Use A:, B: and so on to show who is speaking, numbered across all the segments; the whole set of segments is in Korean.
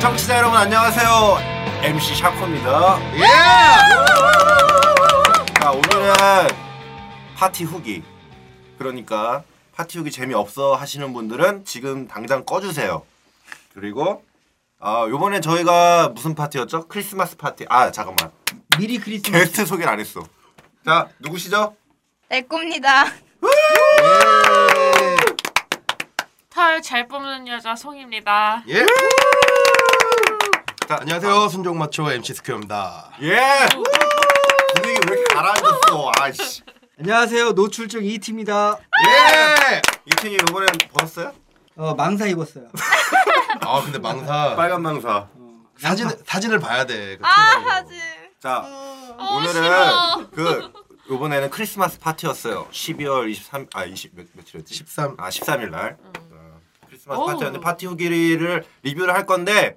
A: 청취자 여러분 안녕하세요. MC 샤코입니다. 예! 자 오늘은 파티 후기. 그러니까 파티 후기 재미없어 하시는 분들은 지금 당장 꺼주세요. 그리고 아 요번에 저희가 무슨 파티였죠? 크리스마스 파티. 아 잠깐만.
B: 미리 크리스마스
A: 게스트 소개를 안 했어. 자 누구시죠?
C: 내 겁니다.
D: 탈 잘 뽑는 여자 송입니다.
E: 예. 자, 안녕하세요. 순종마초 MC 스퀘어입니다.
A: 예! 분위기 왜 이렇게 가라앉았어? 아씨.
B: 안녕하세요 노출증 이티입니다
E: 예!
A: 이 팀이 이번엔 벗었어요?
B: 어 망사 입었어요
E: 아, 근데 망사.
A: 빨간 망사.
E: 사진 사진을 봐야 돼. 그
C: 아,
E: 튀어나오는
A: 네.
E: 거.
C: 사진.
A: 자
D: 어.
A: 오늘은 그 이번에는 크리스마스 파티였어요. 12월 23, 아 20 몇, 며칠이었지?
E: 13.
A: 아 13일 날 어, 크리스마스
D: 음. 어우.
A: 파티였는데 파티 후기를 리뷰를 할 건데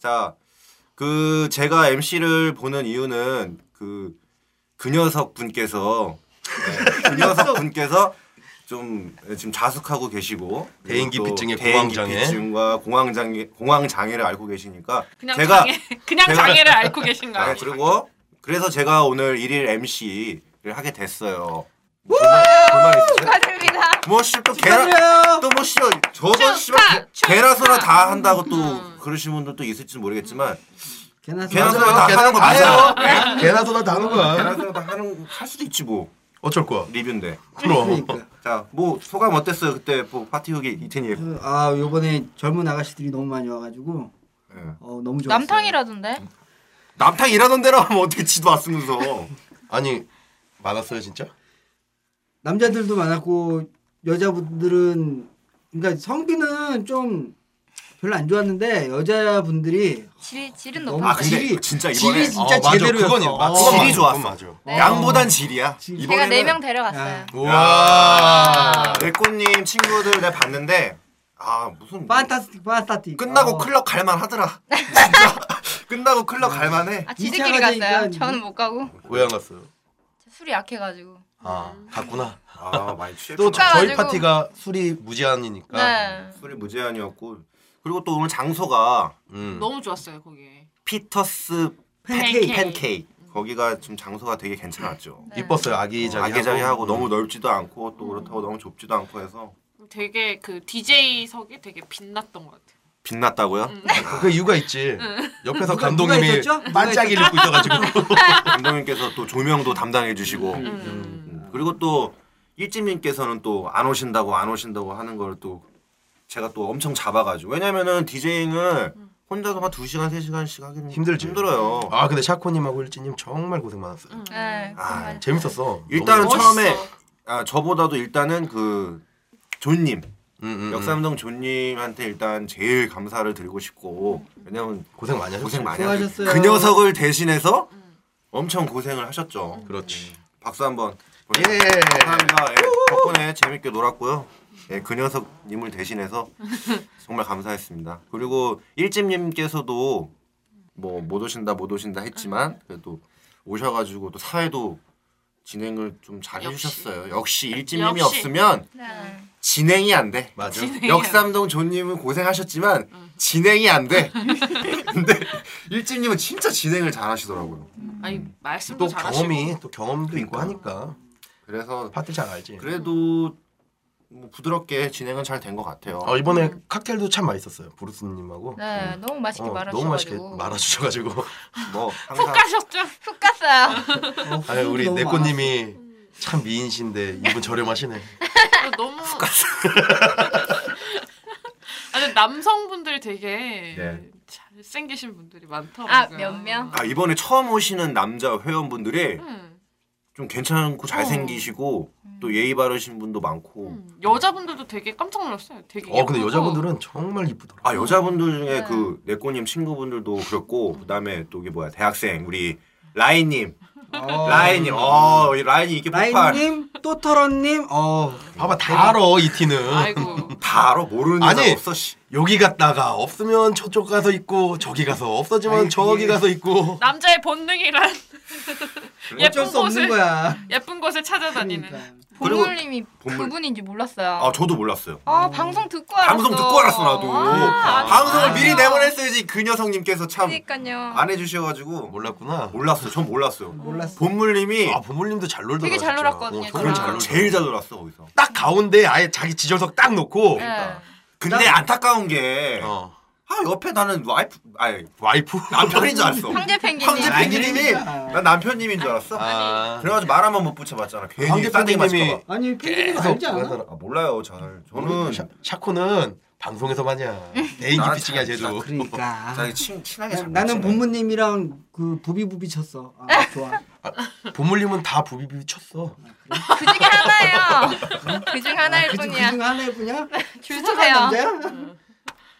A: 자 그 제가 MC를 보는 이유는 그 그 녀석 분께서 네, 그 녀석 분께서 좀 네, 지금 자숙하고 계시고
E: 대인기
A: 그리고 또
E: 피증에
A: 대인기
E: 공황장애.
A: 피증과 공황장애 공황장애를 앓고 계시니까
D: 그냥
A: 제가
D: 장애, 그냥
A: 제가-
D: 장애를 앓고 계신가요?
A: 네, 그리고 그래서 제가 오늘 일일 MC를 하게 됐어요. 그
E: 불만 있으세요?
C: 축하드립니다.
A: 뭐씨 또 개라
B: 안녕하세요
A: 또뭐 씨발 어, 저도
D: 축하,
A: 씨발 개-
D: 축하.
A: 개라소라 다 한다고 또
D: 음.
A: 그러신 분들도 있을지 모르겠지만
B: 개나
A: 개나소라
E: 맞아요.
A: 다
E: 개나-
A: 하는 거
E: 다
A: 맞아요.
E: 개나 소나 다 하는 거야.
A: 개라소라 다 하는 할 수도 있지 뭐
E: 어쩔 거야.
A: 리뷰인데.
E: 그럼.
B: 그러니까
A: 자 뭐 소감 어땠어요 그때 뭐 파티 후기 이태님.
B: 그, 아 요번에 젊은 아가씨들이 너무 많이 와가지고
A: 예.
B: 어 너무 좋았어요
C: 남탕이라던데?
A: 남탕 일하던 데로 하면 어떻게 지도 왔으면서
E: 아니, 많았어요, 진짜?
B: 남자들도 많았고 여자분들은 그러니까 성비는 좀 별로 안 좋았는데 여자분들이
C: 질, 질은
B: 너무-
C: 높아.
A: 아, 근데
B: 질이-
A: 진짜 이번에
B: 질이 진짜
E: 어, 맞아.
B: 제대로였어
E: 그건 맞-
B: 어.
E: 그건
A: 질이
E: 맞아.
A: 좋았어.
E: 그건 맞아.
B: 네.
A: 양보단 질이야.
B: 질.
C: 제가
A: 이번에는 아,
C: 네 명 데려갔어요.
E: 우와.
A: 내꽃님 친구들 내가 봤는데 아 무슨
B: 판타스틱 판타스틱
A: 끝나고
B: 어.
A: 클럽 갈만 하더라. 진짜. 끝나고 클럽 갈만해.
C: 아,
B: 이차
C: 지들끼리
B: 가자니까
C: 갔어요.
B: 이제-
C: 저는 못 가고.
A: 음.
E: 왜 안 갔어요?
C: 술이 약해가지고.
E: 아, 갔구나.
A: 아 많이 취했구나.
E: 또 저희
C: 가가지고.
E: 파티가 술이
A: 아.
E: 무제한이니까.
C: 네.
A: 술이 무제한이었고 그리고 또 오늘 장소가
E: 음.
C: 뭐?
D: 너무 좋았어요 거기.
A: 피터스
D: 팬케이크.
A: 팬케이크 거기가 지금 장소가 되게 괜찮았죠.
C: 네.
E: 이뻤어요. 아기자기하고.
A: 아기자기하고 음. 너무 넓지도 않고 또 그렇다고 너무 좁지도 않고 해서
D: 되게 그 DJ석이 되게 빛났던 것 같아요.
A: 빛났다고요?
E: 그 이유가 있지. 옆에서
B: 누가- 누가
E: 감독님이
B: 있었죠? 누가
E: 반짝이를 입고 있어가지고.
A: 감독님께서 또 조명도 담당해 주시고 음, 그리고 또 일진님께서는 또 안 오신다고 안 오신다고 하는 걸 또 제가 또 엄청 잡아가지고 왜냐면은 디제잉을 혼자서 한2 시간 3 시간씩 하기는
E: 힘들지.
A: 힘들어요.
E: 아 근데 샤코님하고 일진님 정말 고생 많았어요.
C: 네.
A: 아,
E: 재밌었어.
A: 일단은
D: 멋있어.
A: 처음에 아, 저보다도 일단은 그 존님
E: 음, 음, 음.
A: 역삼동 존님한테 일단 제일 감사를 드리고 싶고 왜냐면
E: 고생 많이 네. 하셨어.
A: 고생 많이 하셨어요.
B: 수고하셨어요.
A: 그 녀석을 대신해서 엄청 고생을
E: 음.
A: 하셨죠.
E: 그렇지.
A: 박수 한번.
E: 예.
A: 감사합니다. 예, 덕분에 재밌게 놀았고요. 예, 그 녀석님을 대신해서 정말 감사했습니다. 그리고 일집님께서도 뭐 못 오신다 못 오신다 했지만 그래도 오셔가지고 또 사회도 진행을 좀 잘
D: 역시.
A: 해주셨어요. 역시 일집님이
D: 역시.
A: 없으면
C: 네.
A: 진행이 안 돼.
E: 맞아.
A: 역삼동 존님은 고생하셨지만 진행이 안 돼. 근데 일집님은 진짜 진행을 잘 하시더라고요.
D: 아니 말씀도
E: 또
D: 잘하시고.
E: 경험이 또 경험도 있고
A: 그러니까.
E: 하니까
A: 그래서
E: 파티 잘 알지.
A: 그래도 뭐 부드럽게 진행은 잘 된 것 같아요.
E: 아 이번에 칵테일도 참 맛있었어요. 브루스님하고.
C: 네. 너무 맛있게
E: 어,
C: 말하셔가지고. 음.
E: 너무 맛있게 말아주셔가지고
A: 뭐
D: 푹
A: 항상
D: 가셨죠?
C: 훅 갔어요.
B: 어,
E: 아니 우리
B: 너무
E: 네꼬님이 참 미인신데 이분 저렴하시네.
D: 어, 너무. 아니 남성분들이 되게
A: 네.
D: 잘생기신 분들이 많더라고요.
C: 아, 몇 명?
A: 아 이번에 처음 오시는 남자 회원분들이
D: 음.
A: 좀
C: 어.
A: 괜찮고 잘생기시고
C: 음.
A: 또 예의 바르신 분도 많고
D: 음, 여자분들도 되게 깜짝 놀랐어요. 되게
E: 어 근데
D: 예쁘고.
E: 여자분들은 정말 이쁘더라.
A: 아 여자분들 중에
C: 네.
A: 그 내꼬님 친구분들도 그렇고 그다음에 또 이게 뭐야 대학생 우리 라인님
B: 어,
A: 라인님 어 이 라인이 이렇게 폭발
B: 라인님 또터런님 어
E: 봐봐 다 알아 이 티는.
D: 아이고.
A: 다 알아 모르는
E: 아니.
A: 사람 없어 씨.
E: 여기 갔다가 없으면 저쪽 가서 있고 저기 가서 없어지면
B: 아니,
E: 저기
B: 그게-
E: 가서 있고.
D: 남자의 본능이란
B: 어쩔
D: 예쁜
B: 수
D: 곳을
B: 없는 거야.
D: 예쁜 곳을 찾아다니는.
B: 그러니까.
C: 보물님이
A: 보물-
C: 그분인지 몰랐어요.
A: 아 저도 몰랐어요.
C: 아 방송 듣고 알았어.
A: 방송 듣고 알았어 나도
D: 아,
A: 방송을
D: 아.
A: 미리 내보냈어야지 그 녀석님께서 참 아, 안
C: 그러니까요.
A: 해주셔가지고
E: 몰랐구나.
A: 몰랐어요. 전 몰랐어요.
B: 몰랐어.
A: 본물님이
E: 아 보물님도 잘 놀더라.
C: 되게 잘
E: 진짜.
C: 놀았거든요,
E: 어,
C: 저랑.
E: 정말 잘
A: 그러니까
E: 놀.
A: 제일 잘 놀았어 거기서.
E: 딱 가운데 아예 자기 지정석 딱 놓고.
A: 네.
C: 예.
A: 근데 안타까운 게 아
E: 어
A: 옆에 나는 와이프 아니
E: 와이프.
A: 남편인 줄 알았어.
C: 황제 그 펭귄님.
A: 황제 펭귄님이
B: 아니니까.
A: 난 남편님인 줄 알았어.
E: 아.
A: 그래가지고 말 한 번 못 붙여봤잖아. 괜히
E: 황제
A: 싸대기
E: 팬님이-
A: 맞을까봐.
B: 아니 펭귄이
E: 계속
B: 알지 않아?
E: 그러더라.
A: 아, 몰라요 잘. 저는
E: 저는 음, 샤, 샤코는 방송에서 마냐. 애인기
A: 나는
E: 피칭이야
A: 잘-
E: 쟤도. 아.
B: 그러니까.
A: 자기 친 친하게 잘
B: 나는
A: 맞지네.
B: 본부님이랑 그 부비부비 쳤어. 아, 좋아.
E: 보물님은 다 부비비 쳤어.
C: 그중에 하나예요. 그중
A: 아,
C: 하나일
B: 아, 그중
C: 뿐이야.
B: 그중 하나일 뿐이야?
C: 줄
A: 그
B: 수상한
C: 서세요.
B: 남자야?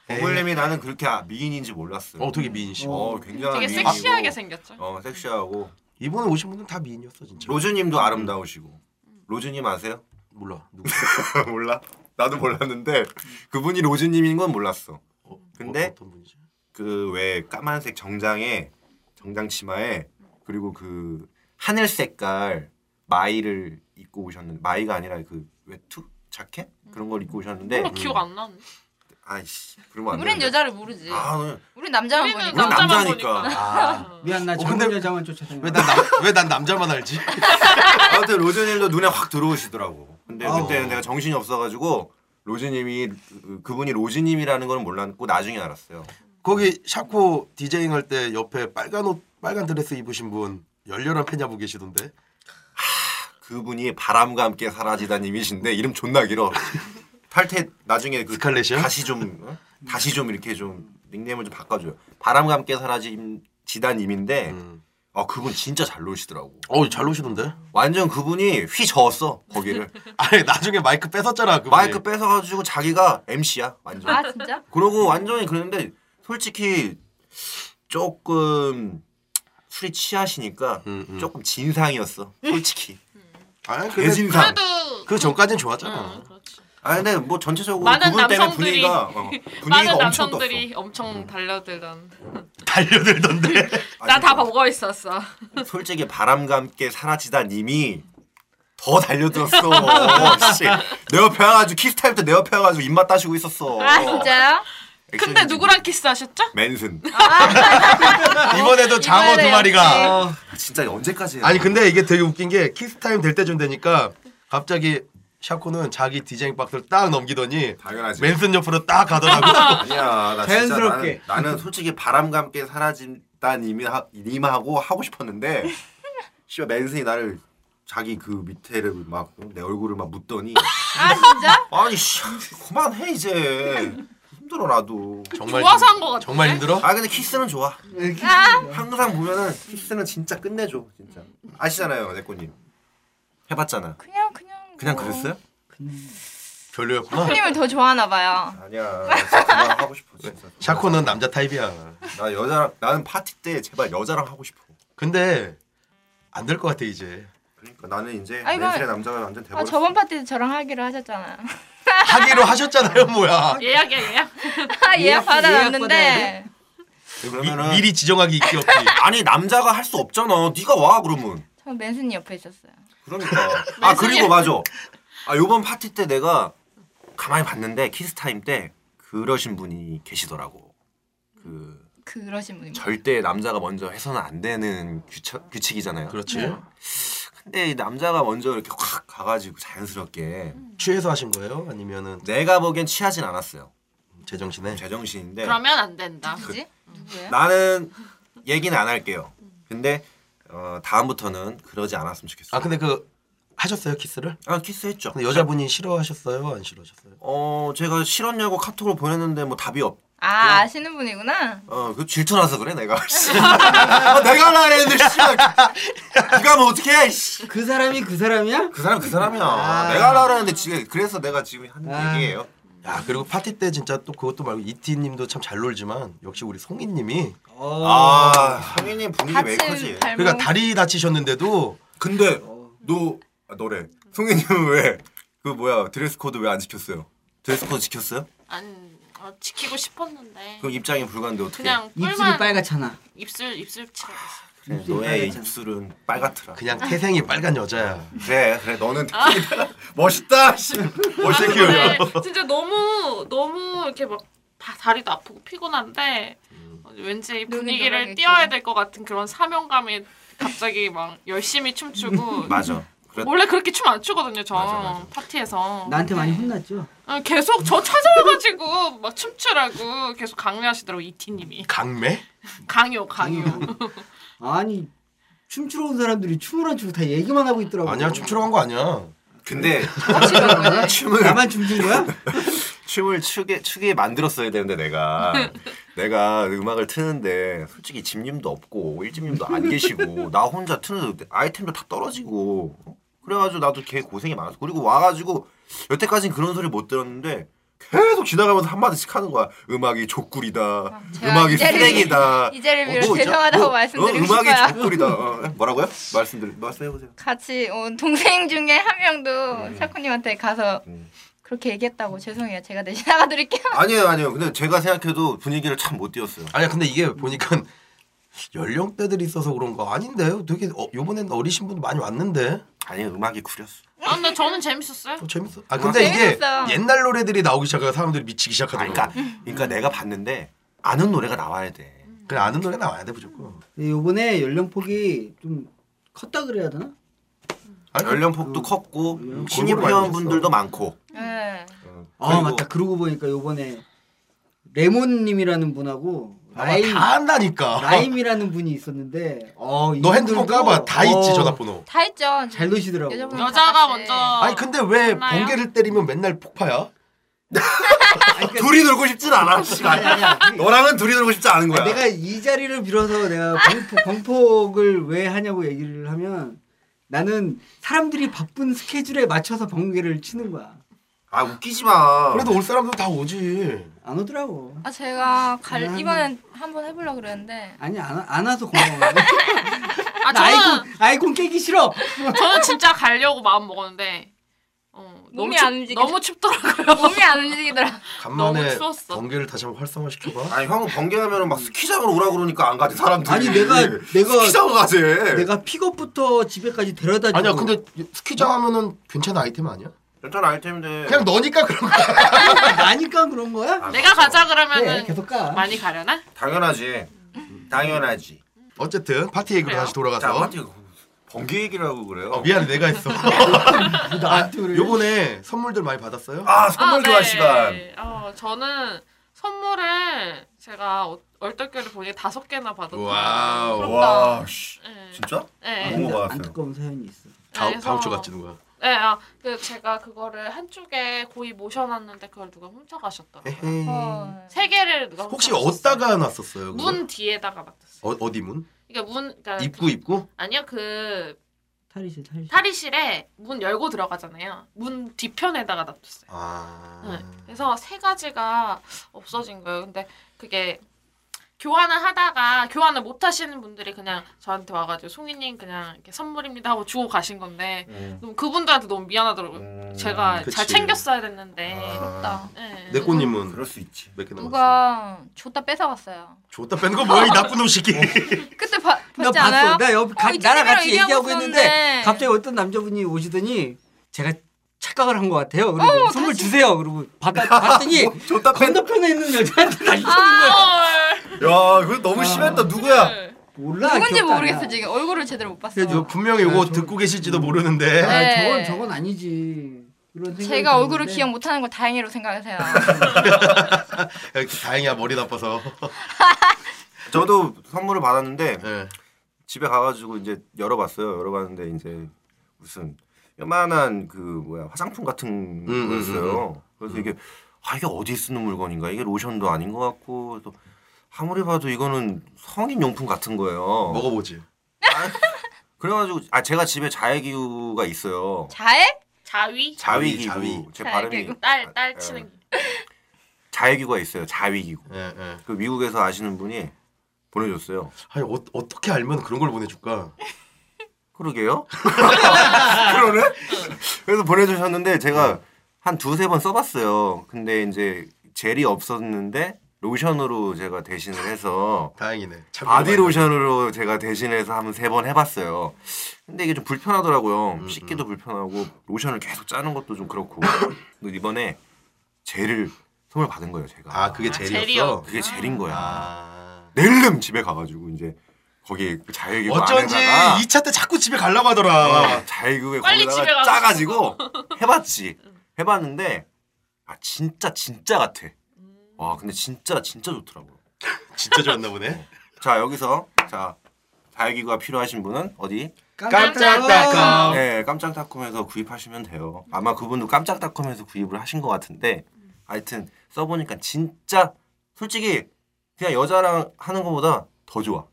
A: 보물님이 나는 그렇게 아- 미인인지 몰랐어요.
E: 어 되게 미인 씨.
A: 어, 굉장히
D: 되게
A: 미인이고,
D: 섹시하게 생겼죠.
A: 어 섹시하고
E: 이번에 오신 분은 다 미인이었어 진짜.
A: 로즈님도 아름다우시고 로즈님 아세요?
E: 몰라. 누구?
A: 몰라. 나도 몰랐는데 그분이 로즈님인 건 몰랐어.
E: 어,
A: 근데-
E: 어, 어떤 분이지?
A: 그 왜 까만색 정장에 정장 치마에 그리고 그 하늘 색깔 마이를 입고 오셨는데 마이가 아니라 그 외투 자켓 그런 걸 입고 오셨는데
D: 별로 어, 기억 안 나네.
A: 아이씨 그러면 안
C: 우린
A: 되는데.
C: 여자를 모르지.
A: 아 오늘
C: 우린 남자만
D: 우리는
A: 우리
C: 보니까.
D: 남자만
A: 남자니까.
D: 보니까.
E: 아.
B: 미안 나
E: 어,
B: 젊은
E: 근데-
B: 여자만 쫓아다녀.
E: 왜 난 왜 난 남자만 알지?
A: 아무튼 로즈님도 눈에 확 들어오시더라고. 근데
E: 아우.
A: 그때 내가 정신이 없어가지고 로즈님이 그- 그분이 로즈님이라는 건 몰랐고 나중에 알았어요.
E: 거기 샤코 디제잉 할 때 옆에 빨간 옷 빨간 드레스 입으신 분 열렬한 팬야부 계시던데
A: 그분이 바람과 함께 사라지다님이신데 이름 존나 길어. 탈퇴 나중에 그
E: 스칼렛이요?
A: 다시 좀 어? 다시 좀 이렇게 좀 닉네임을 좀 바꿔줘요. 바람과 함께 사라지다님인데
E: 음.
A: 아 그분 진짜 잘 노시더라고.
E: 어잘 오시던데
A: 완전 그분이 휘 저었어 거기를
E: 아니 나중에 마이크 뺏었잖아 그
A: 마이크 뺏어가지고 자기가 MC야 완전.
C: 아 진짜?
A: 그러고 완전히 그랬는데 솔직히 조금 술이 취하시니까
E: 음, 음.
A: 조금 진상이었어 솔직히
E: 아니 근데
A: 대진상.
D: 그래도
E: 그 전까진
D: 응,
E: 좋았잖아
D: 음, 그렇지.
A: 아 근데 뭐 전체적으로
D: 많은
A: 그분 때문에
D: 남성들이-
A: 분위기가 어, 분위기가
D: 많은
A: 엄청 떴어. 음.
D: 남성들이 엄청 달려들던.
E: 달려들던데
D: 나 다
A: 아니,
D: 보고 있었어.
A: 솔직히 바람과 함께 사라지다 님이 더 달려들었어. 어, 씨. 내 옆에 와가지고 키스타임 때 내 옆에 와가지고 입맛 따시고 있었어.
C: 아 진짜요?
D: 근데 누구랑 키스하셨죠?
A: 맨슨.
E: 아.
A: 아,
E: 이번에도 장어 두
C: 이번에
E: 마리가
A: 진짜 언제까지? 해요?
E: 아니 그 근데 이게 되게 웃긴 게 키스 타임 될 때쯤 되니까 갑자기 샤코는 자기 디제잉 박스를 딱 넘기더니
A: 당연하지.
E: 맨슨 옆으로 딱 가더라고
A: 아니야. 나
B: 자연스럽게.
A: 진짜 나는, 나는 솔직히 바람과 함께 사라진다 님이 하, 님하고 하고 싶었는데 씨발 맨슨이 나를 자기 그 밑에를 막 내 얼굴을 막 묻더니
C: 아 진짜?
A: 아니 씨 그만해 이제 힘들어 나도.
E: 정말
D: 좋아서
E: 힘-
D: 한 거 같아.
E: 정말 힘들어
A: 아 근데 키스는 좋아.
B: 네,
C: 아
A: 항상 보면은 키스는 진짜 끝내줘 진짜 아시잖아요 내꼬님 해봤잖아
C: 그냥 그냥.
A: 그냥
C: 뭐.
A: 그랬어요?
E: 별로였구나
C: 형님을 더 좋아하나 봐요.
A: 아니야 나 진짜 그만 하고 싶어 진짜
E: 샤코는 남자 타입이야
A: 나 여자랑 나는 파티 때 제발 여자랑 하고 싶어
E: 근데 안 될 것 같아 이제
A: 그러니까 나는 이제
C: 아이고.
A: 멘슬의 남자가 완전
C: 아
A: 돼버렸어
C: 저번 파티도 저랑 하기로 하셨잖아요.
E: 하기로 하셨잖아요 뭐야
D: 예약이야 예약.
A: 네.
C: 아, 예약
B: 예약 받아야
C: 받아놨는데
A: 그러면은
E: 미, 리 지정하기 있기 없기
A: 아니 남자가 할 수 없잖아 네가 와 그러면
C: 저 맨슨이 옆에 있었어요.
A: 그러니까 아 그리고 맞아 아 요번 파티 때 내가 가만히 봤는데 키스 타임 때 그러신 분이 계시더라고 그
C: 그러신 분이.
A: 절대 남자가 먼저 해서는 안 되는 규칙, 규칙이잖아요
E: 그렇지
A: 근데 이 남자가 먼저 이렇게 확 가가지고 자연스럽게
E: 취해서 하신 거예요 아니면은
A: 내가 보기엔 취하진 않았어요.
E: 네. 제정신에
A: 제정신인데
D: 그러면 안 된다.
C: 누구지? 누구예요?
A: 나는 얘기는 안 할게요. 근데 어, 다음부터는 그러지 않았으면 좋겠어요.
E: 아 근데 그 하셨어요 키스를
A: 아, 키스했죠.
E: 근데 여자분이 싫어하셨어요 안 싫어하셨어요
A: 어 제가 싫었냐고 카톡으로 보냈는데 뭐 답이 없.
C: 아 아시는 분이구나.
A: 어, 그 질투나서 그래 내가. 씨. 아, 내가 하려 했는데 씨발. 네가 뭐 어떻게 해? 씨.
B: 그 사람이 그 사람이야?
A: 그 사람 그 사람이야.
B: 아.
A: 내가 하려 했는데 지금 그래서 내가 지금 하는
B: 아.
A: 얘기예요.
E: 야 그리고 파티 때 진짜 또 그것도 말고 이티님도 참 잘 놀지만 역시 우리 송이님이
B: 어.
A: 아, 성인이 분위기 메이커지.
C: 다친 발목.
E: 그러니까 다리 다치셨는데도
A: 근데 너 아, 너래. 송이님은 왜 그 뭐야 드레스 코드 왜 안 지켰어요? 드레스 코드 지켰어요?
D: 안 어, 지키고 싶었는데
A: 그럼 입장이 불가한데 어떻게?
D: 그냥
B: 입술이
D: 뿔만
B: 빨갛잖아.
D: 입술 입술 칠하고 있어.
A: 네, 너의
B: 빨갛잖아.
A: 입술은 빨갛더라.
E: 그냥
C: 음.
E: 태생이 빨간 여자야.
A: 그래 그래 너는 멋있다. 씨.
D: 근데 진짜 너무 너무 이렇게 막 다, 다리도 아프고 피곤한데 어, 왠지 이 분위기를
C: 노력했고.
D: 띄워야 될 것 같은 그런 사명감이 갑자기 막 열심히 춤추고
A: 맞아. 그래
D: 원래 그렇게 춤 안 추거든요 저
A: 맞아, 맞아.
D: 파티에서
B: 나한테 많이
C: 네.
B: 혼났죠?
D: 어, 계속 저 찾아와가지고 막 춤추라고 계속 강요하시더라고 이티님이
E: 강매?
D: 강요 강요
B: 아니 춤추러 온 사람들이 춤을 안 추고 다 얘기만 하고 있더라고.
E: 아니야 춤추러 간 거 아니야.
A: 근데 춤을
B: 나만 춤춘 거야?
A: 춤을 추게 추게 만들었어야 되는데 내가 내가 음악을 트는데 솔직히 집님도 없고 일집님도 안 계시고 나 혼자 트는데 아이템도 다 떨어지고 그래가지고 나도 걔 고생이 많았어 그리고 와가지고 여태까진 그런 소리 못 들었는데 계속 지나가면서 한 마디씩 하는 거야 음악이 족구리다
C: 제가
A: 음악이
C: 이제를-
A: 쓰레기다
C: 이 자리를
A: 어,
C: 빌어
A: 뭐,
C: 죄송하다고
A: 어,
C: 말씀드리고
A: 어, 음악이
C: 싶어요.
A: 족구리다 어, 뭐라고요 말씀드려 말씀해보세요
C: 같이 온 동생 중에 한 명도 샤코님한테 가서
A: 음.
C: 그렇게 얘기했다고 죄송해요. 제가 대신 나가드릴게요.
A: 아니에요 아니에요 근데 제가 생각해도 분위기를 참 못 띄웠어요
E: 아니야 근데 이게 보니까 연령대들이 있어서 그런 거 아닌데 되게 어, 요번엔 어리신 분 많이 왔는데
A: 아니 음악이 구렸어.
D: 아 근데 저는 재밌었어요
E: 어, 재밌어. 아 근데 이게
C: 재밌었어요.
E: 옛날 노래들이 나오기 시작해서 사람들이 미치기
A: 아,
E: 시작하더라고.
A: 그러니까 그러니까 내가 봤는데 아는 노래가 나와야 돼.
E: 그냥 아는 노래 나와야 돼 무조건.
B: 네, 요번에 연령폭이 좀 컸다 그래야 되나?
E: 아니,
A: 연령폭도 컸고
E: 음,
A: 신입
E: 골고루 많이
A: 회원분들도
E: 됐어.
A: 많고.
C: 네.
B: 아 맞다. 그러고 보니까 요번에 레몬님이라는 분하고
E: 아마
B: 라임
E: 다 한다니까.
B: 라임이라는 분이 있는데 어,
E: 너 핸드폰
B: 이분들도-
E: 까봐 다 있지
B: 어,
E: 전화번호.
C: 다 했죠.
B: 잘 노시더라고.
C: 여자분
D: 여자가 먼저
E: 아니 근데 왜
D: 하나요?
E: 번개를 때리면 맨날 폭파야?
A: 둘이 놀고 싶진 않아. 씨발.
B: 아니 아니야.
A: 너랑은 둘이 놀고 싶지 않은
E: 아,
A: 거야.
B: 내가 이 자리를 빌어서 내가 공포, 을왜 하냐고 얘기를 하면 나는 사람들이 바쁜 스케줄에 맞춰서 번개를 치는 거야.
A: 아 웃기지 마.
E: 그래도 올 사람들 다 오지.
B: 안 오더라고.
C: 아 제가 갈
B: 음.
C: 이번엔 한번 해보려 고 그랬는데
B: 아니 안, 와- 안 와서 고마워.
D: 아
B: 나
D: 저는
B: 아이콘 아이콘 깨기 싫어.
D: 저는 진짜 가려고 마음 먹었는데 어, 너무
C: 몸이
D: 춥,
C: 안 움직여.
D: 너무 춥더라고요
C: 몸이 안 움직이더라.
E: 간만에
D: 너무 추웠어.
E: 번개를 다시 한번 활성화 시켜봐.
A: 아니 형은 번개하면은 막 스키장으로 오라 그러니까 안 가지 사람들이.
B: 아니,
E: 네.
B: 내가- 내가-
A: 스키장으로 가지.
B: 내가 픽업부터 집에까지 데려다 주고.
E: 아니야 근데 스키장 하면은 괜찮은 아이템 아니야?
A: 일단 아이템인데.
E: 그냥 너니까 그런 거야.
B: 나니까 그런 거야?
A: 아,
D: 내가 가자
B: 그래
D: 그러면은
B: 네, 계속 가.
D: 많이 가려나?
A: 당연하지. 당연하지.
E: 어쨌든 파티 얘기로
D: 그래요?
E: 다시
A: 자,
E: 음. 돌아가서
A: 맞지? 번개 얘기라고 그래요.
E: 어, 미안해 내가 했어.
B: 나한테 그래.
E: 아, 요번에 선물들 많이 받았어요?
A: 아 선물
D: 아,
A: 교환
D: 네.
A: 시간.
D: 어, 저는 선물을 제가 어- 얼떨결에 보니 다섯 개나 받았어요.
E: 와우.
A: 와 씨.
D: 네.
A: 진짜?
D: 네.
A: 너무
B: 근데
A: 받았어요.
B: 안타까운 사연이 있어.
E: 다음 다음 주
D: 그래서-
E: 같이 누가?
D: 네, 아, 그 제가 그거를 한쪽에 고이 모셔놨는데 그걸 누가 훔쳐가셨더라고요.
E: 에헤이.
C: 어.
D: 세 개를 누가
E: 혹시
D: 훔쳐가셨어요.
E: 어디다가 놨었어요? 그거?
D: 문 뒤에다가 맡았어요.
E: 어, 어디 문?
D: 그러니까 문 그러니까
E: 입구 입구?
D: 아니요 그
B: 탈의실 탈의실.
D: 탈의실에 문 열고 들어가잖아요. 문 뒤편에다가 놔뒀어요.
E: 아.
D: 네. 그래서 세 가지가 없어진 거예요. 근데 그게 교환을 하다가 교환을 못 하시는 분들이 그냥 저한테 와가지고 송이님 그냥 이렇게 선물입니다 하고 주고 가신 건데
A: 음.
D: 너무 그분들한테 너무 미안하더라고요.
A: 음.
D: 제가
E: 그치.
D: 잘 챙겼어야 됐는데.
E: 아.
C: 부럽다.
D: 네.
E: 내 꽃님은
A: 그럴 수 있지.
E: 몇
B: 네,
E: 개 남았어?
C: 누가 줬다 뺏어갔어요.
E: 줬다 뺀 거 뭐야 이 나쁜 놈 시끼.
A: 어.
C: 그때 봐,
B: 나
C: 봤지
B: 봤어.
C: 않아요?
B: 나 옆, 가,
C: 어, 이제
B: 나랑
C: 선배랑
B: 같이
C: 얘기하고
B: 얘기하고 있는데
C: 있었는데.
B: 갑자기 어떤 남자분이 오시더니 제가 착각을 한 것 같아요. 그리고 선물 주세요. 그러고 받, 봤더니
C: 뭐
A: 줬다 뺀.
B: 건너편에 있는 여자한테 날리는 거야.
D: 아,
A: 야, 그거 너무 심했다. 누구야?
D: 헐.
B: 몰라.
C: 누군지
B: 기억도 안
C: 모르겠어
B: 나.
C: 지금 얼굴을 제대로 못 봤어.
E: 이거 분명히
A: 네,
E: 이거
B: 아, 저-
E: 듣고 계실지도
B: 음.
E: 모르는데.
C: 네.
B: 아, 저건 저건 아니지. 이런 생각이
C: 제가 얼굴을
B: 드는데.
C: 기억 못하는 걸 다행이라고 생각하세요.
E: 야, 예, 다행이야 머리 나빠서.
A: 저도 선물을 받았는데
E: 네.
A: 집에 가가지고 이제 열어봤어요. 열어봤는데 이제 무슨 요만한 그 뭐야 화장품 같은
E: 음,
A: 거였어요. 그래서 이게 아 이게 어디 쓰는 물건인가 이게 로션도 아닌 것 같고 또 아무리 봐도 이거는 성인 용품 같은 거예요.
E: 먹어보지.
A: 아, 그래가지고 아 제가 집에 자외기구가 있어요.
C: 자해?
D: 자위 네,
A: 자위기구.
E: 자위.
A: 제 발음이 아, 네.
C: 자위기구.
D: 딸 딸 치는 기.
A: 자외기구가 있어요. 자위기구.
E: 예, 예.
A: 그 미국에서 아시는 분이 보내줬어요.
E: 아니 어, 어떻게 알면 그런 걸 보내줄까?
A: 그러게요. 그러네. 그래서 보내주셨는데 제가 한 두세 번 써봤어요. 근데 이제 젤이 없었는데 로션으로 제가 대신을 해서
E: 다행이네. 참
A: 바디
E: 궁금하네.
A: 로션으로 제가 대신해서 한 세 번 해봤어요. 근데 이게 좀 불편하더라고요.
E: 음,
A: 씻기도 불편하고 로션을 계속 짜는 것도 좀 그렇고. 근데 이번에 젤을 선물 받은 거예요, 제가.
E: 아 그게
D: 아,
E: 젤이었어.
D: 젤이요.
A: 그게 젤인 거야.
E: 아.
A: 낼름 집에 가가지고 이제 거기 자유기구
E: 어쩐지
A: 안에다가 어.
E: 2차 때 자꾸 집에 가려고 하더라.
A: 자유구에
D: 네. 빨리 집에
A: 아, 거기다가
D: 가서
A: 짜가지고 해봤지. 해봤는데 아 진짜 진짜 같아. 와 근데 진짜 진짜 좋더라고. 요
E: 진짜 좋았나 보네.
A: 자 여기서 자 자유기구가 필요하신 분은 어디?
E: 어.
D: 깜짝닷컴.
A: 네 깜짝닷컴에서 구입하시면 돼요. 아마 그분도 깜짝닷컴에서 구입을 하신 것 같은데 하여튼 써보니까 진짜 솔직히 그냥 여자랑 하는 것보다 더 좋아.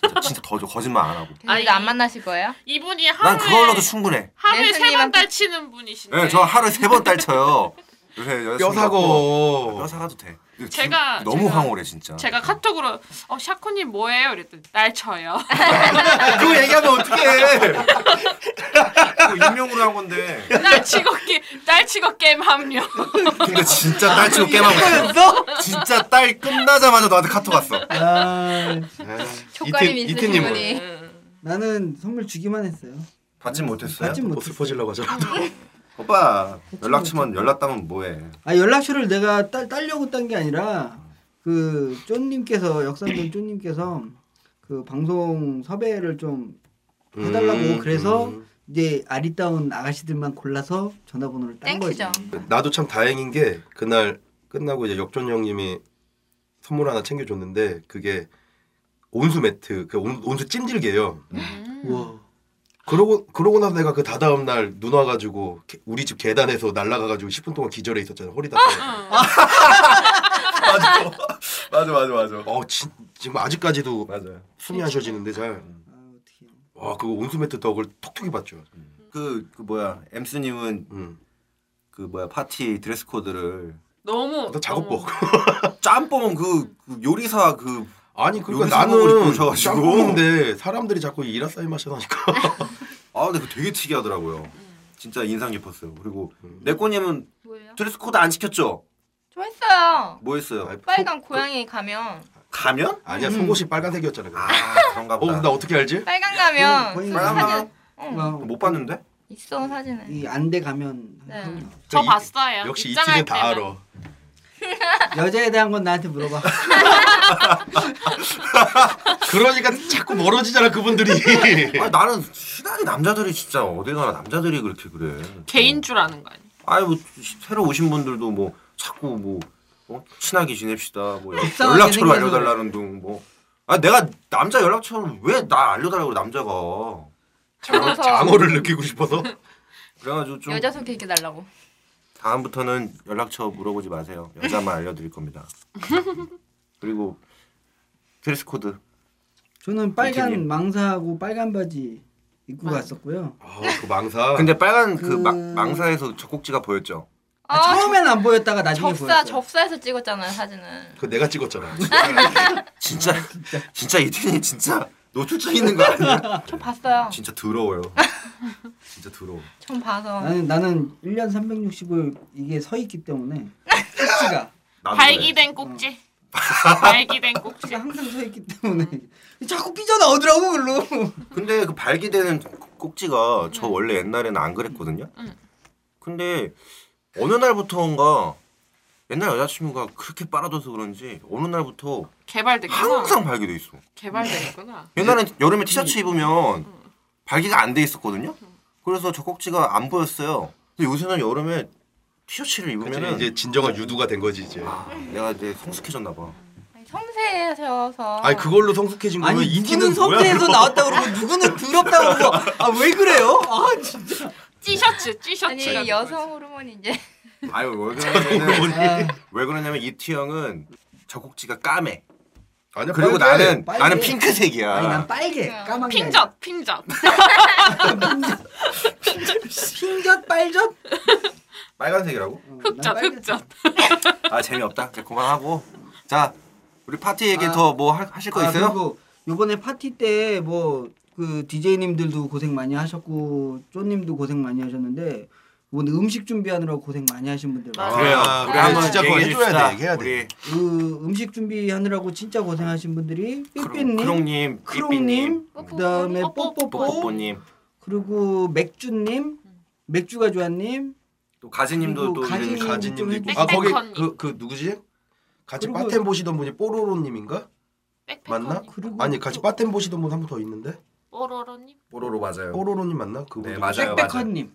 A: 진짜, 진짜 더 좋아. 거짓말 안 하고.
C: 아니 안 만나실 거예요?
D: 이분이 하루에
A: 난 그걸로도 충분해.
D: 하루에
C: 내 손님한테-
D: 세번딸 치는 분이신데.
A: 네, 저 하루에 세 번 딸쳐요. 요새 여자친구
E: 뼈 사고.
A: 어. 뼈 사가도 돼. 근데
D: 제가-
A: 지금 너무
D: 제가-
A: 황홀해 진짜.
D: 제가 카톡으로 어 샤코님 뭐예요? 이랬더니 딸 쳐요.
E: 아,
A: 그거 얘기하면 어떡해. 인명으로 한 건데.
D: 딸 직업 게 딸 직업 게임 합류.
A: 근데 진짜 딸 치고 깨만 고 진짜 딸 끝나자마자 너한테 카톡 왔어.
B: 아,
A: 네.
C: 촉감이
E: 이태-
C: 있으신
E: 이태님은?
C: 분이.
D: 네.
B: 나는 선물 주기만 했어요.
A: 받진 못했어요.
B: 받진
E: 옷을 퍼질라고 하잖아.
A: 오빠 연락처만 연락 따면 뭐해.
B: 아 연락처를 내가 딸 딸려고 딴 게 아니라 그 쫀님께서 역삼동 쫀님께서 그 방송 섭외를 좀 해달라고
E: 음,
B: 그래서
E: 음.
B: 이제 아리따운 아가씨들만 골라서 전화번호를 딴 거지.
C: 땡큐죠.
E: 나도 참 다행인 게 그날 끝나고 이제 역전 형님이 선물 하나 챙겨줬는데 그게 온수 매트, 그 온, 온수 찜질개예요.
C: 음.
B: 우와.
E: 그러고 그러고 나서 내가 그 다다음 날 눈 와가지고 개- 우리 집 계단에서 날아가가지고 10분 동안 기절해 있었잖아 허리
C: 어,
E: 다쳐.
A: 맞아 맞아 맞아.
E: 어 진, 지금 아직까지도
C: 어,
A: 맞아요.
E: 숨이 안 쉬어지는데 잘.
B: 아 어떻게?
E: 와 그거 온수 매트 덕을 톡톡히 봤죠.
A: 그, 그 뭐야 엠스님은
E: 음.
A: 그 뭐야 파티 드레스 코드를
D: 너무
E: 나
A: 뭐
C: 어.
E: 작업복.
A: 짬뽕 그, 그 요리사 그
E: 아니 그러니까
A: 여기서 보고
E: 나는
A: 싶어 하셔가지고.
E: 짬뽕인데 사람들이 자꾸 이라싸이 맛이 나니까.
A: 아 근데 그 되게 특이하더라고요.
D: 음.
A: 진짜 인상 깊었어요. 그리고 내꼬님은
C: 뭐예요?
A: 드레스 코드 안 지켰죠?
C: 좋아했어요.
A: 뭐 했어요?
C: 빨간 고양이 가면
A: 가면?
E: 아니야 속옷이 빨간색이었잖아.
A: 아
E: 아,
A: 그런가 보다.
E: 어나 어떻게 알지?
C: 빨간 가면
B: 고양이
C: 그
B: 가면.
C: 사진 어,
B: 어,
A: 못 봤는데?
C: 있어 사진에.
B: 이 안대 가면
C: 네.
B: 하거든요.
D: 저
E: 이-
D: 봤어요.
E: 역시
D: 입장할
E: 이티는 다
D: 때만.
E: 알아.
B: 여자에 대한 건 나한테 물어봐.
E: 그러니까 자꾸 멀어지잖아 그분들이. 예.
A: 아 나는 시달이 남자들이 진짜 어디 가나 남자들이 그렇게 그래.
D: 개인 줄 아는 거 아니야?
A: 아니 뭐 새로 오신 분들도 뭐 자꾸 뭐 어? 친하게 지냅시다. 뭐
B: 불쌍하게
A: 연락처로
B: 생겨서
A: 알려달라는 둥 뭐. 아 내가 남자 연락처를 왜 나 알려달라고 그래, 남자가.
E: 장어,
B: 아,
E: 장어를 느끼고 싶어서.
A: 그래가지고 좀
C: 여자 소개 해달라고.
A: 다음부터는 연락처 물어보지 마세요. 여자만 알려드릴 겁니다. 그리고 드레스 코드.
B: 저는 빨간
A: 이태님.
B: 망사하고 빨간 바지 입고
C: 아.
B: 갔었고요.
E: 아그 망사.
A: 근데 빨간 그
B: 음.
A: 막, 망사에서 젖꼭지가 보였죠.
B: 아, 처음엔 안 보였다가 나중에
C: 접사
B: 보였어요.
C: 접사에서 찍었잖아요 사진은.
E: 그 내가 찍었잖아.
A: 진짜
E: 아,
A: 진짜 이태니 진짜 노출증 있는 거 아니야?
C: 저 봤어요.
A: 진짜 더러워요. 진짜 더러워.
C: 전 봐서.
B: 나는 나는 1년 365일 이게 서 있기 때문에 택지가
A: 나도 그래.
D: 발기된 꼭지. 발기된 꼭지.
B: 택지가 항상 서 있기 때문에
C: 음.
B: 자꾸 삐져나오더라고 글로.
A: 근데 그 발기되는 꼭지가 저 원래 옛날에는 안 그랬거든요.
D: 응.
A: 근데 어느 날부터인가 옛날 여자친구가 그렇게 빨아줘서 그런지 어느 날부터
D: 개발됐구나.
A: 항상 발기돼 있어.
D: 개발됐구나.
A: 옛날엔 여름에 티셔츠 입으면 발기가 안 돼 있었거든요. 그래서 저 꼭지가 안 보였어요. 근데 요새는 여름에 티셔츠를
E: 그치,
A: 입으면
E: 이제 진정한 유두가 된 거지 이제.
A: 내가 이제 성숙해졌나 봐.
C: 아니, 섬세해서.
E: 아니 그걸로 성숙해진 거면
B: 아니
E: 이티는
B: 이거는
E: 뭐야?
B: 선배에서 나왔다 그러고 누구는 더럽다 그러고 아 왜 그래요? 아 진짜.
D: 찌셔츠, 찌셔츠.
C: 아니 여성 호르몬이 이제
A: 아유 왜 그러냐면 왜 그러냐면 이티 형은 젖꼭지가 까매.
E: 아니야
A: 그리고
E: 빨개.
A: 나는
B: 빨개.
A: 나는 핑크색이야.
B: 아니 난 빨개
C: 아.
B: 까만 게 아니라.
D: 핀젓 핀젓
B: 핑젓 빨젓
A: 빨간색이라고?
B: 어, 난
D: 흑젓
B: 빨개.
D: 흑젓
A: 아 재미없다. 이제 그만하고 자 우리 파티 얘기
B: 아.
A: 더 뭐 하실 거
B: 아,
A: 있어요?
B: 그리고 요번에 파티 때 뭐 그 DJ님들도 고생 많이 하셨고 쪼님도 고생 많이 하셨는데 이번에 음식 준비하느라고 고생 많이 하신 분들
D: 맞아요.
B: 많아요.
A: 그래요.
E: 아,
A: 우리
E: 아,
A: 한번
E: 진짜 그거
A: 얘기해
E: 해줘야
A: 줍시다.
E: 돼, 얘기해야 돼.
A: 우리
B: 그 음식 준비하느라고 진짜 고생하신 분들이 삐삐님,
A: 크롱님, 크롱님,
B: 크롱님, 그다음에
D: 뽀뽀뽀,
B: 뽀뽀뽀,
A: 뽀뽀뽀님,
B: 그리고 맥주님,
D: 음.
B: 맥주가 좋아님,
A: 또 가지님도
B: 그리고
A: 또
B: 가지님.
A: 이제
E: 가진님도 있고
D: 좀
E: 아 거기
D: 해주세요.
E: 그 그 누구지? 같이
B: 그리고-
E: 바텐 보시던 분이 뽀로로님인가? 맞나?
B: 그리고
E: 아니 같이 바텐 보시던 분 한 분 더 있는데
D: 뽀로로님
A: 뽀로로 맞아요.
E: 뽀로로님 맞나? 그분
A: 네, 맞아요.
B: 빽빽헌님,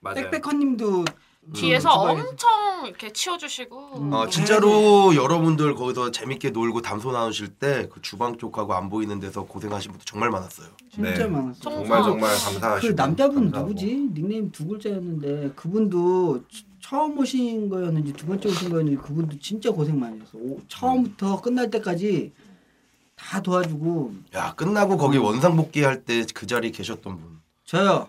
A: 맞아요.
B: 빽빽헌님도
D: 뒤에서
B: 주방에서.
D: 엄청 이렇게 치워주시고
B: 음.
E: 아 진짜로 여러분들 거기서 재밌게 놀고 담소 나누실 때 그 주방 쪽하고 안 보이는 데서 고생하신 분들 정말 많았어요.
B: 진짜
A: 네.
B: 많았어. 요
A: 정말
D: 정말.
A: 정말 감사하시고
B: 그 남자분
A: 감사하고.
B: 누구지? 닉네임 두 글자였는데 그분도 처- 처음 오신 거였는지 두 번째 오신 거였는지 그분도 진짜 고생 많이 했어. 오, 처음부터 끝날 때까지 다 도와주고
E: 야 끝나고 거기
B: 음.
E: 원상 복귀할 때 그 자리에 계셨던 분.
B: 저요.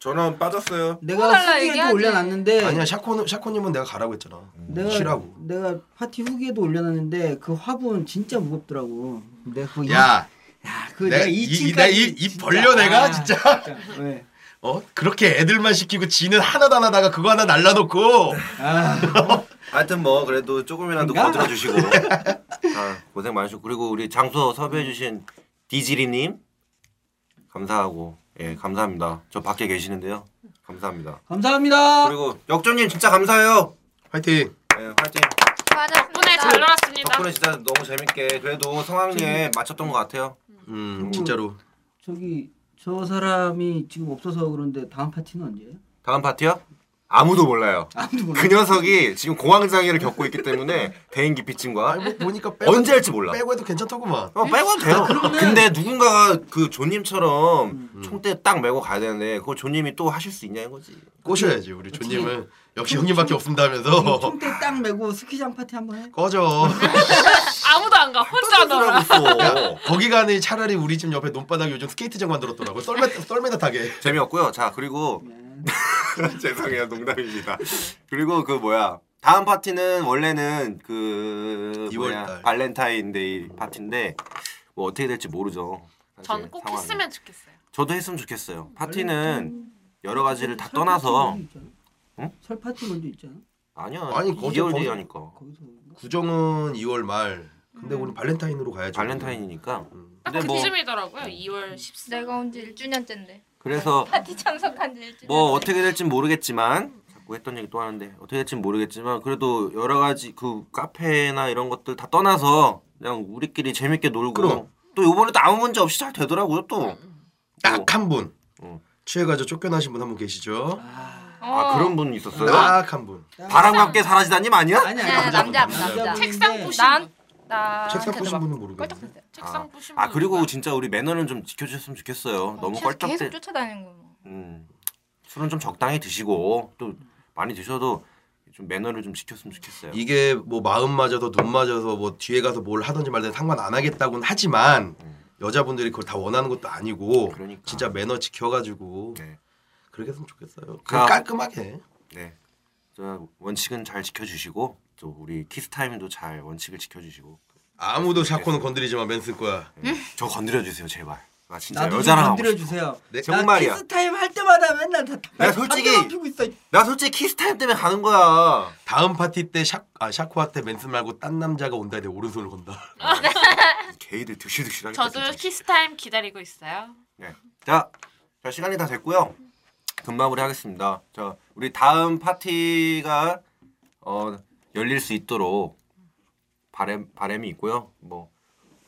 A: 저는 빠졌어요.
B: 내가
C: 뭐 뽑아달라
B: 후기에도
C: 얘기하지.
B: 올려놨는데
E: 아니야 샤코 샤코님은 내가 가라고 했잖아.
B: 내가
E: 쉬라고.
B: 내가 파티 후기에도 올려놨는데 그 화분 진짜 무겁더라고. 내가 그거
E: 야
B: 이- 야, 그
E: 내가
B: 내가
E: 이-
B: 이
E: 이-
B: 층까지 네.
E: 내가 이- 입
B: 진짜-
E: 벌려, 내가?
B: 아,
E: 진짜.
B: 왜?
E: 어 그렇게 애들만 시키고 지는 하나도 안 하다가 그거 하나 날라놓고
B: 아,
A: 하여튼 뭐 그래도 조금이라도
B: 그런가?
A: 거들어 주시고 아, 고생 많으시고 그리고 우리 장소 섭외해 주신 디지리님 감사하고 예 감사합니다. 저 밖에 계시는데요. 감사합니다.
B: 감사합니다.
A: 그리고 역전님 진짜 감사해요.
E: 화이팅.
A: 예, 화이팅.
D: 덕분에 잘 놀았습니다
A: 덕분에 진짜 너무 재밌게 그래도 성황리에 맞췄던 것 같아요.
E: 음 진짜로
B: 저기 저 사람이 지금 없어서 그런데 다음 파티는 언제예요?
A: 다음 파티요? 아무도 몰라요.
B: 아무도 몰라.
A: 그 녀석이 지금 공황장애를 겪고 있기 때문에 대인 기피증과
E: 아니, 뭐 보니까 빼고
A: 언제 할지 몰라.
E: 빼고 해도 괜찮더구만.
A: 어, 빼고도 돼요. 근데 누군가가 그 조님처럼 총대 딱 메고 가야 되는데 그거 조님이 또 하실 수 있냐는 거지.
E: 꼬셔야지 우리 조님은 역시 형님밖에
A: 어.
E: 없습니다면서
B: 뭐 총대 딱 메고 스키장 파티 한번 해.
E: 꺼져.
D: 아무도 안 가 혼자 놀아
A: 있어.
E: 거기 가니 차라리 우리 집 옆에 논바닥에 요즘 스케이트장 만들었더라고. 썰매 썰매나 타게.
A: 재미없고요. 자 그리고
B: 네.
A: 죄송해요 농담입니다. 그리고 그 뭐야 다음 파티는 원래는 그 뭐야,
E: 2월달.
A: 발렌타인데이 파티인데 뭐 어떻게 될지 모르죠. 사실
D: 전 꼭
A: 상황이.
D: 했으면 좋겠어요
A: 저도 했으면 좋겠어요. 파티는 여러 가지를
D: 음,
A: 다 떠나서 응?
B: 설 파티 먼저 있잖아.
A: 아니야
E: 아니,
A: 아니
E: 거기-
A: 2개월
E: 거기-
A: 뒤라니까
B: 거기서 그런가?
E: 구정은 2월 말. 근데 우리 음. 발렌타인으로 가야죠.
A: 발렌타인이니까.
E: 음.
D: 딱
A: 근데 뭐-
D: 아, 그쯤이더라고요 2월 14일
C: 내가 온 지 1주년째인데
D: 어.
A: 그래서
C: 파티 참석한 지 1주년
A: 뭐 어떻게 될진 모르겠지만 자꾸 했던 얘기 또 하는데 어떻게 될진 모르겠지만 그래도 여러 가지 그 카페나 이런 것들 다 떠나서 그냥 우리끼리 재밌게 놀고
E: 그럼.
A: 또 이번에도 아무 문제 없이 잘 되더라고요 또.
E: 딱 한 분.
A: 어.
E: 취해가지고 쫓겨나신 분 한 분 계시죠?
B: 아,
A: 아 그런 분 있었어요?
E: 딱 한 분.
A: 바람과 함께 사라지다님 아니야?
B: 아니
C: 네,
B: 아니
C: 남자, 남자.
D: 책상 부신
C: 어, 난-
D: 분,
C: 나
E: 책상 보신 분은 모르겠는데.
C: 꼴짝했어요
D: 책상 부신
A: 아
D: 분
A: 그리고
D: 누구야?
A: 진짜 우리 매너는 좀 지켜주셨으면 좋겠어요. 너무 껄쩍대.
C: 계속 쫓아다니는 거 뭐.
A: 음, 술은 좀 적당히 드시고 또 많이 드셔도 좀 매너를 좀 지켰으면 좋겠어요.
E: 이게 뭐 마음 맞아서 눈 맞아서 뭐 뒤에 가서 뭘 하든지 말든 상관 안 하겠다고는 하지만 여자분들이 그걸 다 원하는 것도 아니고
A: 그러니까.
E: 진짜 매너 지켜가지고
A: 네.
E: 그렇게 했으면 좋겠어요.
A: 자.
E: 그냥 깔끔하게.
A: 네. 저 원칙은 잘 지켜주시고 또 우리 키스 타임도 잘 원칙을 지켜주시고 네.
E: 아무도 샤코는 건드리지만 맨 쓸 거야.
A: 저 건드려 주세요 제발. 아 진짜
B: 음. 나도
A: 여자랑
B: 좀
A: 하고
B: 건드려
A: 싶어.
B: 주세요.
E: 네,
A: 정말이야.
B: 키스 타임 할 때마다 맨날 다.
A: 야, 솔직히-
B: 담배만 피고 있어.
A: 나 솔직히 키스 타임 때문에 가는 거야.
E: 다음 파티 때 샤, 아, 샤코한테 맨스 말고 딴 남자가 온다 내 오른손을 건다.
B: 아, 네.
A: 게이들 드시드시 하겠다.
D: 저도 키스타임 기다리고 있어요
A: 네. 자, 자 시간이 다 됐고요. 금마무리 하겠습니다. 자, 우리 다음 파티가 어, 열릴 수 있도록 바램 바램이 있고요. 뭐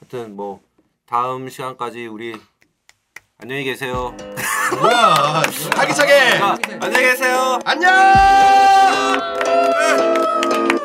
A: 하여튼 뭐 다음 시간까지 우리 안녕히 계세요.
E: 뭐야? 하기차게
A: 자, 안녕히 계세요.
E: 안녕.